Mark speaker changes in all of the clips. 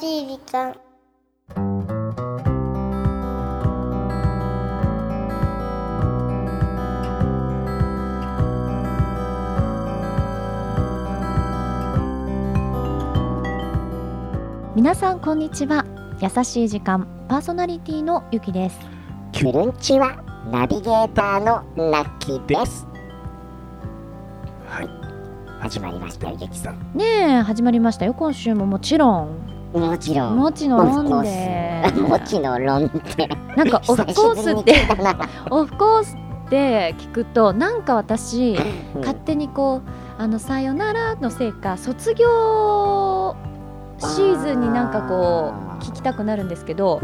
Speaker 1: しい時間
Speaker 2: 皆さんこんにちは優しい時間パーソナリティのゆきです
Speaker 3: キュルンチはナビゲーターのラッキーです。はい、始まりました、ゆきさん。
Speaker 2: ねえ始まりましたよ今週ももちろん
Speaker 3: もちろん。
Speaker 2: もちのんで
Speaker 3: あもちのろんって。
Speaker 2: なんかオフコースっ
Speaker 3: 久してぶりに聞いたな
Speaker 2: オフコースって聞くとなんか私
Speaker 3: うん
Speaker 2: 勝手にこうあのさよならのせいか卒業シーズンになんかこ
Speaker 3: あ
Speaker 2: う
Speaker 3: ー
Speaker 2: 聞きたくなるんですけど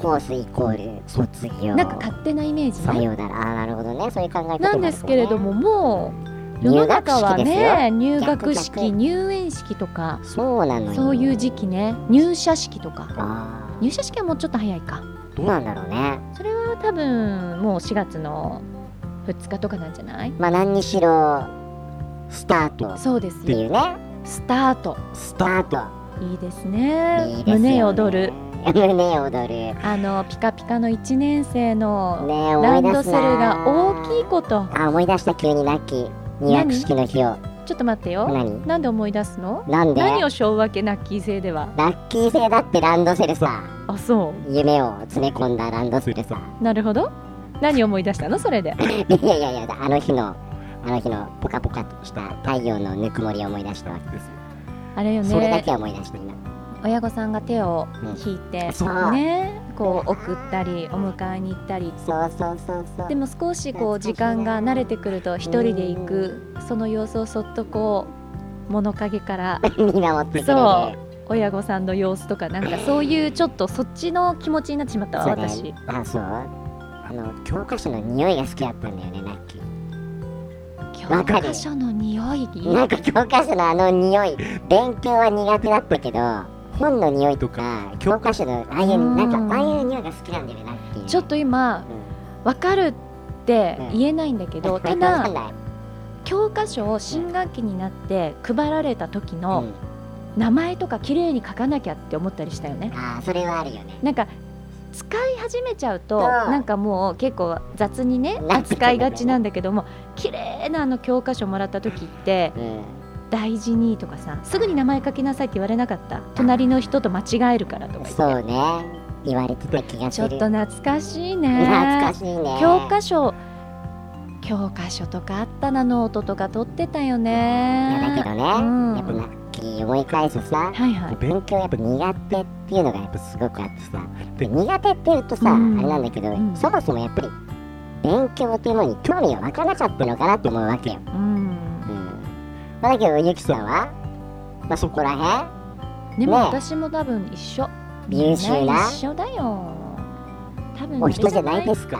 Speaker 3: コースイコール卒業。
Speaker 2: なんか勝手なイメージ
Speaker 3: さ
Speaker 2: ね
Speaker 3: ようなら。あーなるほどね。そういう考え方もある
Speaker 2: なんですけれどももう世
Speaker 3: 入
Speaker 2: の
Speaker 3: 学
Speaker 2: 中は
Speaker 3: 式ですよ
Speaker 2: ね入
Speaker 3: 逆
Speaker 2: 学
Speaker 3: 逆
Speaker 2: 式入園式とか
Speaker 3: そうなのよ。
Speaker 2: そういう時期ね入社式とか
Speaker 3: あー
Speaker 2: 入社式はもうちょっと早いか
Speaker 3: どうなんだろうね。
Speaker 2: それは多分もう4月の2日とかなんじゃない
Speaker 3: まあ何にしろスタートっ
Speaker 2: そうです
Speaker 3: て
Speaker 2: よ
Speaker 3: いうね。
Speaker 2: スタート
Speaker 3: スタート。
Speaker 2: いいですね
Speaker 3: いいですよね
Speaker 2: 胸躍る。
Speaker 3: 胸躍る。
Speaker 2: あのピカピカの1年生の
Speaker 3: ねえ
Speaker 2: ラ
Speaker 3: 思
Speaker 2: ン
Speaker 3: い出
Speaker 2: ド
Speaker 3: す
Speaker 2: セル
Speaker 3: な
Speaker 2: が大きいこと
Speaker 3: あ思い出した急にラッキー入学式の日を
Speaker 2: ちょっと待ってよ
Speaker 3: 何
Speaker 2: なんで思い出すの
Speaker 3: なんで
Speaker 2: 何を昭和系ナッキー性では
Speaker 3: ラッキー性だってランドセルさ
Speaker 2: あそ
Speaker 3: 夢を詰め込んだランドセルさ
Speaker 2: うなるほど何を思い出したのそれで
Speaker 3: いやいやいやあの日のあの日のポカポカとした太陽のぬくもりを思い出したわけですよ、
Speaker 2: あれよ
Speaker 3: それだ
Speaker 2: ね
Speaker 3: けは思い出した今
Speaker 2: 親御さんが手を引いて、
Speaker 3: そう
Speaker 2: ねこう送ったりお迎えに行ったり
Speaker 3: そうそうそうそう
Speaker 2: でも少しこう時間が慣れてくると一人で行くその様子をそっとこう物陰から
Speaker 3: 見守ってくれる
Speaker 2: そう親御さんの様子とかなん かそういうちょっとそっちの気持ちになっちまったわ
Speaker 3: そうね
Speaker 2: 私
Speaker 3: あそうあの教科書の匂いが好きだったんだよねラッキー
Speaker 2: 教
Speaker 3: わかる
Speaker 2: 科書の匂い
Speaker 3: なんか教科書のあの匂い勉強は苦手だったけど本の匂いとか教科書のああいううんなんかああいう匂いが好きなんだよねラッキー
Speaker 2: ちょっと今わかるって言えないんだけ
Speaker 3: うん
Speaker 2: どた
Speaker 3: わかん
Speaker 2: だ
Speaker 3: ない
Speaker 2: 教科書を新学期になって配られた時
Speaker 3: う
Speaker 2: の
Speaker 3: ん
Speaker 2: 名前とか綺麗に書かなきゃって思ったりしたよね
Speaker 3: ああそれはあるよね
Speaker 2: なんか使い始めちゃうと
Speaker 3: うん
Speaker 2: なんかもう結構雑にね
Speaker 3: なってくる
Speaker 2: 扱いがちなんだけども綺麗なあの教科書もらった時って
Speaker 3: うん
Speaker 2: 大事にとかさすぐに名前書きなさいって言われなかった隣の人と間違えるからとか
Speaker 3: そ
Speaker 2: 言って
Speaker 3: うね言われてた気がす
Speaker 2: ちょ
Speaker 3: る
Speaker 2: っと懐かしいね
Speaker 3: 懐かしいね
Speaker 2: 教科書教科書とかあったなノートとか取ってたよ
Speaker 3: いやだ
Speaker 2: ね
Speaker 3: けどね、
Speaker 2: うん
Speaker 3: やっぱラッキー思い返すさ
Speaker 2: はいはい
Speaker 3: 勉強やっぱ苦手っていうのがやっぱすごくあってさで苦手って言うとさ、
Speaker 2: うん
Speaker 3: あれなんだけど、
Speaker 2: ん
Speaker 3: そもそもやっぱり勉強っていうのに興味が湧かなかったのかなと思うわけよ、
Speaker 2: うん
Speaker 3: うんまあ、だけどゆきさんは、まあ、そこら辺
Speaker 2: でも
Speaker 3: ねえ
Speaker 2: 私も多分一緒
Speaker 3: 優秀な
Speaker 2: 一緒だよ多分
Speaker 3: お人じゃない
Speaker 2: あれ
Speaker 3: ですか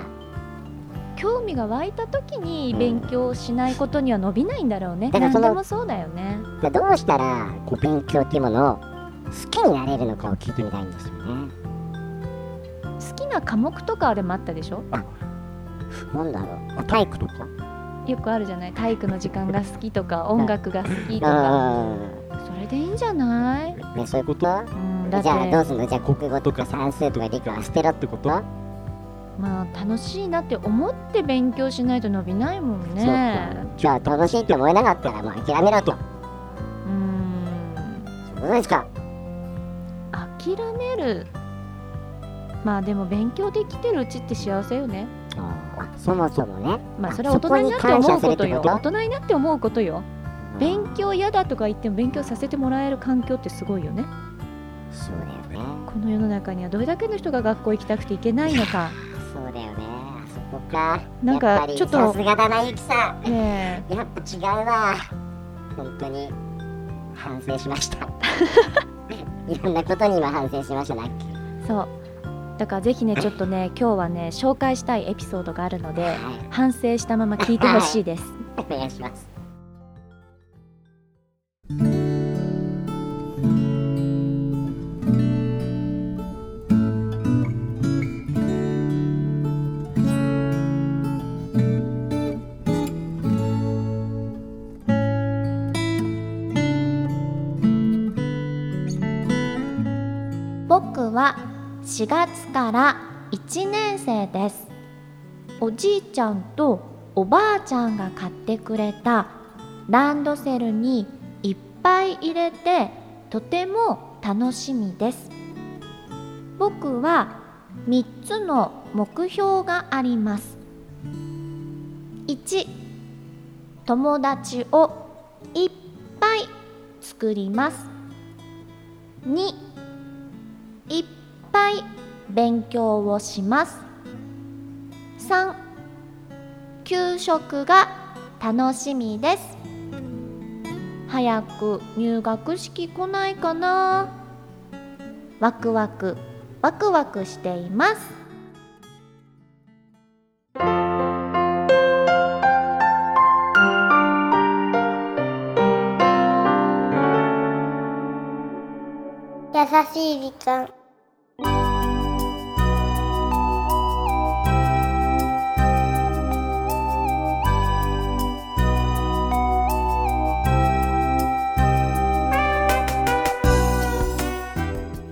Speaker 2: 興味が湧いた時に
Speaker 3: うん
Speaker 2: 勉強しないことには伸びないんだろうね、
Speaker 3: だか
Speaker 2: 何
Speaker 3: らその
Speaker 2: でもそうだよね
Speaker 3: じゃあどうしたらこう勉強っていうものを好きになれるのかを聞いてみたいんですよね
Speaker 2: 好きな科目とかでもあったでしょ
Speaker 3: なんだろう体育とか
Speaker 2: よくあるじゃない体育の時間が好きとか音楽が好きとか
Speaker 3: う
Speaker 2: それでいいんじゃない、
Speaker 3: んねそういうこと
Speaker 2: うん、
Speaker 3: じ
Speaker 2: だって
Speaker 3: ゃあどうすんのじゃあ国語とか算数とか理科は捨てろってこと
Speaker 2: まあ楽しいなって思って勉強しないと伸びないもん
Speaker 3: そう
Speaker 2: ね
Speaker 3: かじゃあ楽しいって思えなかったらもう諦めろと
Speaker 2: うん
Speaker 3: そうですか
Speaker 2: 諦めるまあでも勉強できてるうちって幸せよね
Speaker 3: あそもそもね
Speaker 2: まあ
Speaker 3: あ
Speaker 2: それは大人になって思うことよ
Speaker 3: そこに感謝するってこと
Speaker 2: 大人になって思うことよ勉強嫌だとか言っても勉強させてもらえる環境ってすごいよね
Speaker 3: そうだよね
Speaker 2: この世の中にはどれだけの人が学校行きたくて行けないのか
Speaker 3: そうだよねあそこか
Speaker 2: なんか
Speaker 3: やっぱり
Speaker 2: ちょっと
Speaker 3: さすがだなゆきさ
Speaker 2: ね
Speaker 3: んやっぱ違うわ本当に反省し ましたいろんなことに今反省しましたラッキー
Speaker 2: えそうだからぜひねちょっとね今日はね紹介したいエピソードがあるので
Speaker 3: はい
Speaker 2: 反省したまま聞いてほしい です
Speaker 3: お願いします
Speaker 1: 4月から1年生ですおじいちゃんとおばあちゃんが買ってくれたランドセルにいっぱい入れてとても楽しみです僕は3つの目標があります1友達をいっぱい作ります2いっぱい勉強をします3給食が楽しみです早く入学式来ないかなワクワクワクワクしています
Speaker 4: 優しい時間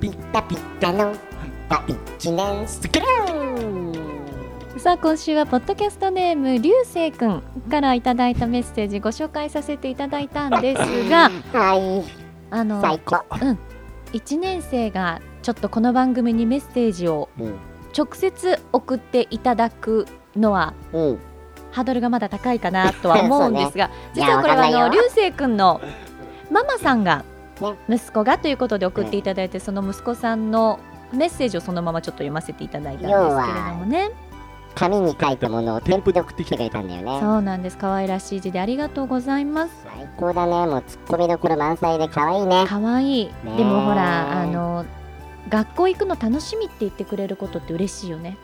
Speaker 3: ピッタピタのパ一年スクラン
Speaker 2: さあ今週はポッドキャストネーム流星くんからいただいたメッセージご紹介させていただいたんです が
Speaker 3: はい
Speaker 2: あの
Speaker 3: 最高、
Speaker 2: 1年生がちょっとこの番組にメッセージを
Speaker 3: うん
Speaker 2: 直接送っていただくのは
Speaker 3: うん、
Speaker 2: ハードルがまだ高いかなとは思うんですが、
Speaker 3: そうねい
Speaker 2: 実
Speaker 3: や
Speaker 2: はこれはあ
Speaker 3: わか
Speaker 2: の
Speaker 3: んない
Speaker 2: 流
Speaker 3: よ
Speaker 2: 星くんのママさんが
Speaker 3: ね
Speaker 2: 息子がということで送っていただいて、その息子さんのメッセージをそのままちょっと読ませていただいたんですけれどもね
Speaker 3: 紙に書いたものを添付で送ってきてくれたんだよね
Speaker 2: そうなんです可愛らしい字でありがとうございます
Speaker 3: 最高だねもうツッコミどころ満載で可愛いね
Speaker 2: 可愛い
Speaker 3: ね
Speaker 2: でもほらあの学校行くの楽しみって言ってくれることって嬉しいよね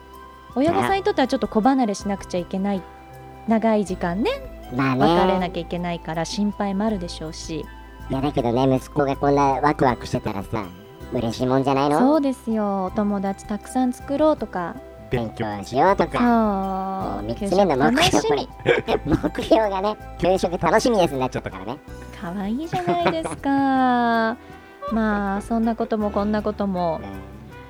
Speaker 2: 親御さんにとってはちょっと子離れしなくちゃいけない長い時間ね
Speaker 3: まあ
Speaker 2: 別れ
Speaker 3: ね
Speaker 2: なきゃいけないから心配もあるでしょうし
Speaker 3: いやだけどね息子がこんなワクワクしてたらさ嬉しいもんじゃないの
Speaker 2: そうですよお友達たくさん作ろうとか
Speaker 3: 勉強しようと
Speaker 2: そ
Speaker 3: か
Speaker 2: う
Speaker 3: 3つ目の目
Speaker 2: 楽
Speaker 3: 標
Speaker 2: し
Speaker 3: これ
Speaker 2: み
Speaker 3: 目標が ね給食楽しみですになっちゃったからね
Speaker 2: 可愛いじゃないです かまあそんなこともこんなことも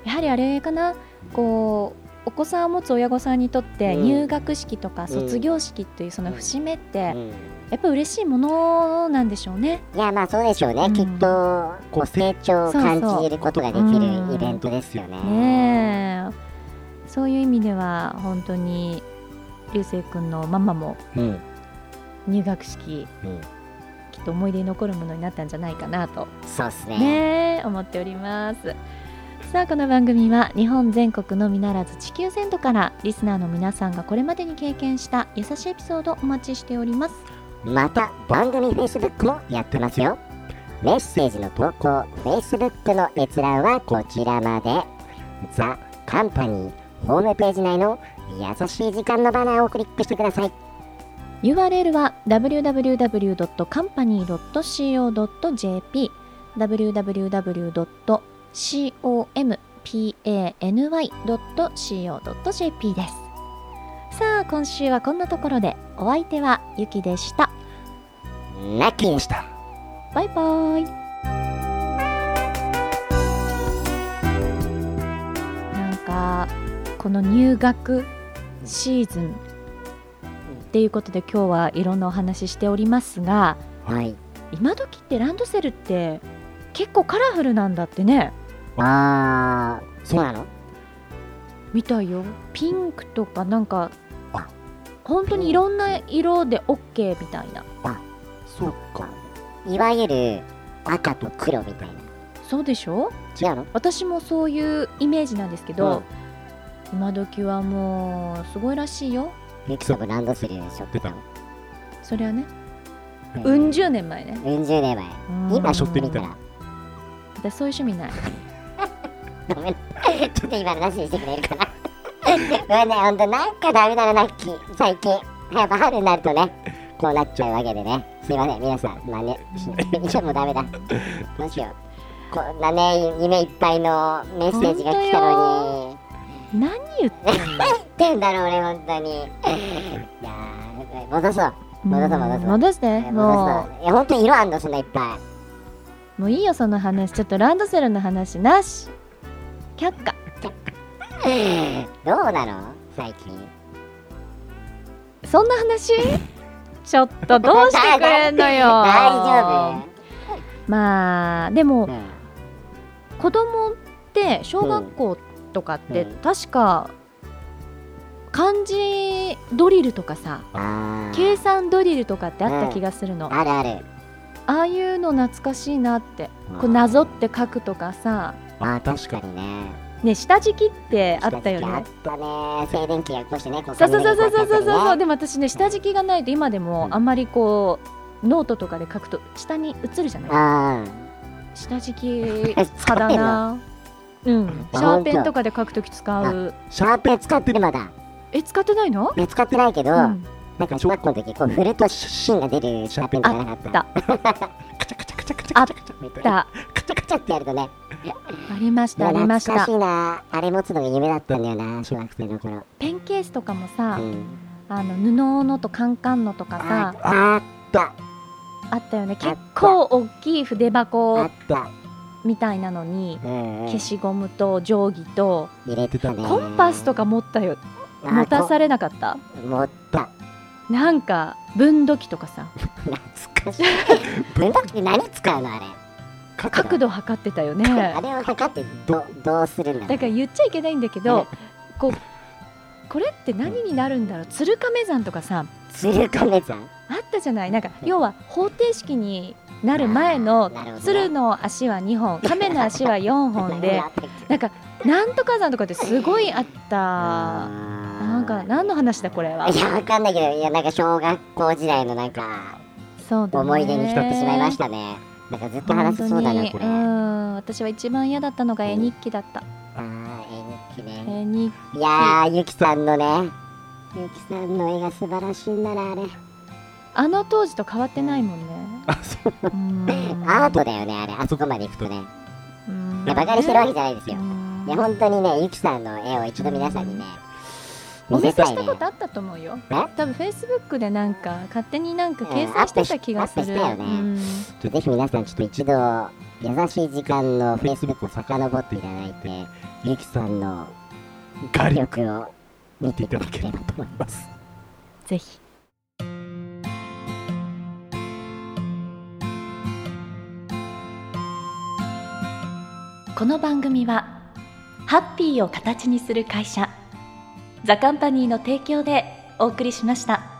Speaker 2: やはりあれかなこうお子さんを持つ親御さんにとって
Speaker 3: うん
Speaker 2: 入学式とか
Speaker 3: ん
Speaker 2: 卒業式というその節目っ
Speaker 3: う
Speaker 2: て
Speaker 3: ん
Speaker 2: やっぱ嬉しいものなんでしょうね。
Speaker 3: いやまあそうでしょうね、
Speaker 2: うん
Speaker 3: きっとこう成長を感じることができ
Speaker 2: そうそう
Speaker 3: るイベントですよね。
Speaker 2: ねえそういう意味では本当に流星くんのママも
Speaker 3: うん
Speaker 2: 入学式
Speaker 3: うん
Speaker 2: きっと思い出に残るものになったんじゃないかなと
Speaker 3: そうっすね
Speaker 2: ねえ思っておりますさあこの番組は日本全国のみならず地球全土からリスナーの皆さんがこれまでに経験した優しいエピソードをお待ちしております
Speaker 3: また番組 Facebook もやってますよ。メッセージの投稿、Facebook の閲覧はこちらまで。ザ・カンパニーホームページ内の優しい時間のバナーをクリックしてください。
Speaker 2: URL は www.company.co.jp www.company.co.jp ですさあ今週はこんなところでお相手はゆきでした
Speaker 3: ラッキーでした。
Speaker 2: バイバイなんかこの入学シーズンっていうことで今日はいろんなお話ししておりますが
Speaker 3: はい。
Speaker 2: 今時ってランドセルって結構カラフルなんだってね
Speaker 3: あー、そうなの
Speaker 2: みたいよピンクとかなんか
Speaker 3: あ
Speaker 2: 本当にいろんな色で OK みたいな
Speaker 3: そうか。いわゆる赤と黒みたい
Speaker 2: そうでしょ
Speaker 3: な。違うの
Speaker 2: 私もそういうイメージなんですけど、今時はもうすごいらしいよ
Speaker 3: ミキソブランドセルでしょってたの。
Speaker 2: それはね
Speaker 3: う
Speaker 2: うん
Speaker 3: ん
Speaker 2: 十年前ね
Speaker 3: 十年前。今しょってみたら。
Speaker 2: 私そういう趣味ない
Speaker 3: ごめん。ちょっと今のなしにしてくれるかな。ごめんね、ほんと、なんかダメだな、ラッキー。最近。やっぱ春になるとね、こうなっちゃうわけでね。すいません、皆さん。まね、しもう ダメだ。どうしよう。こんなね、夢いっぱいのメッセージが来たのに。
Speaker 2: 何言ってんの
Speaker 3: 言ってんだろ、俺、ほんとに。いやー、戻そう。戻そう戻そう
Speaker 2: 戻して
Speaker 3: 戻
Speaker 2: も
Speaker 3: そう。いや、ほんと色あんの、そんないっぱ
Speaker 2: うもういいよその話ちょっとランドセルの話なし却下
Speaker 3: い。どうなの最近。
Speaker 2: そんな話ちょっとどうしてくれんのよ
Speaker 3: 大丈
Speaker 2: まあでも
Speaker 3: 夫、うん
Speaker 2: 子供って小学校とかって
Speaker 3: うん
Speaker 2: 確か漢字ドリルとかさ
Speaker 3: あー
Speaker 2: 計算ドリルとかってあった気がするの、あ
Speaker 3: あるある。
Speaker 2: あいうの懐かしいなって
Speaker 3: うん
Speaker 2: こうなぞって書くとかさ
Speaker 3: あー、確かにね。
Speaker 2: ね下敷きってあったよ
Speaker 3: あっ
Speaker 2: ね
Speaker 3: たね。静電気が起こしてね。こ
Speaker 2: そうそうそうそうそうそうそう
Speaker 3: う。
Speaker 2: でも私ね下敷きがないと今でも
Speaker 3: うん
Speaker 2: あんまりこうノートとかで書くと下に映るじゃない
Speaker 3: あ
Speaker 2: 下敷き
Speaker 3: あ。
Speaker 2: 派だ なうんシャーペンとかで書くとき使う
Speaker 3: シャーペン使ってるまだ。
Speaker 2: え使ってないの、
Speaker 3: ね使ってないけ
Speaker 2: う
Speaker 3: ど、
Speaker 2: ん
Speaker 3: なんか小学校の時、こう振ると芯が出るシャーペンとかなかった。カチャカチャカチャカチャカチャカチャみたいな。
Speaker 2: だ
Speaker 3: カチャカチャってやるとね。
Speaker 2: ありましたありまし
Speaker 3: 懐か
Speaker 2: た
Speaker 3: しいな。あれ持つのが夢だったんだよな、小学生の頃。
Speaker 2: ペンケースとかも
Speaker 3: う
Speaker 2: さ、
Speaker 3: ん、
Speaker 2: あの布のとカンカンのとか
Speaker 3: あ
Speaker 2: さ
Speaker 3: あった。
Speaker 2: あったよね結構大きい筆
Speaker 3: あ
Speaker 2: 箱
Speaker 3: った。
Speaker 2: みたいなのに
Speaker 3: うんうん
Speaker 2: 消しゴムと定規と
Speaker 3: 入れてたね。
Speaker 2: コンパスとか持ったよ
Speaker 3: あ
Speaker 2: 持たさ
Speaker 3: れ。
Speaker 2: れなかった
Speaker 3: 持った。
Speaker 2: なんか分度器とかさ
Speaker 3: 懐 かしい。文学って何使うのあれ。
Speaker 2: 角度測ってたよね
Speaker 3: あれを測ってどどうするんだろ
Speaker 2: だ
Speaker 3: う
Speaker 2: から言っちゃいけないんだけどこうこれって何になるんだろう鶴亀山とかさ
Speaker 3: 鶴亀山
Speaker 2: あったじゃないなんか要は方程式になる前
Speaker 3: あ
Speaker 2: の
Speaker 3: ーなるほどね
Speaker 2: 鶴の足は2本亀の足は4本で
Speaker 3: あったっけ
Speaker 2: なんかなんとか山とかってすごいあったなんか何の話だこれはい
Speaker 3: やわかんないけどいやなんか小学校時代のなんか
Speaker 2: そうだね
Speaker 3: 思い出に浸ってしまいましたねなんかずっと話せそうだな
Speaker 2: 本当
Speaker 3: これ
Speaker 2: にうん私は一番嫌だったのが絵日記だった、
Speaker 3: あー絵日記ね
Speaker 2: 絵日記
Speaker 3: いやーゆきさんのねゆきさんの絵が素晴らしいんだなあれ
Speaker 2: あの当時と変わってないもんね
Speaker 5: あそう
Speaker 2: うん
Speaker 3: アートだよ ねあれあそこまで行くとね
Speaker 2: うん
Speaker 3: いやバカにしてるわけじゃないです
Speaker 2: う
Speaker 3: よ
Speaker 2: ん
Speaker 3: いや本当にねゆきさんの絵を一度皆さんにね
Speaker 2: お
Speaker 3: 見
Speaker 2: 見
Speaker 3: せ
Speaker 2: せ
Speaker 3: たい
Speaker 2: した
Speaker 3: ね
Speaker 2: ことあったと思うよ
Speaker 3: え
Speaker 2: 多分フェイスブックでなんか勝手になんか
Speaker 3: うん
Speaker 2: 掲載してた気がする、
Speaker 3: アップしアップしたよね
Speaker 2: うん
Speaker 3: ちょぜひ皆さんちょっと一度優しい時間のフェイスブックを遡っていただいてゆきさんの
Speaker 5: ガリ
Speaker 3: 力を見ていただければと思います
Speaker 2: ぜひ
Speaker 1: この番組はハッピーを形にする会社ザカンパニーの提供でお送りしました。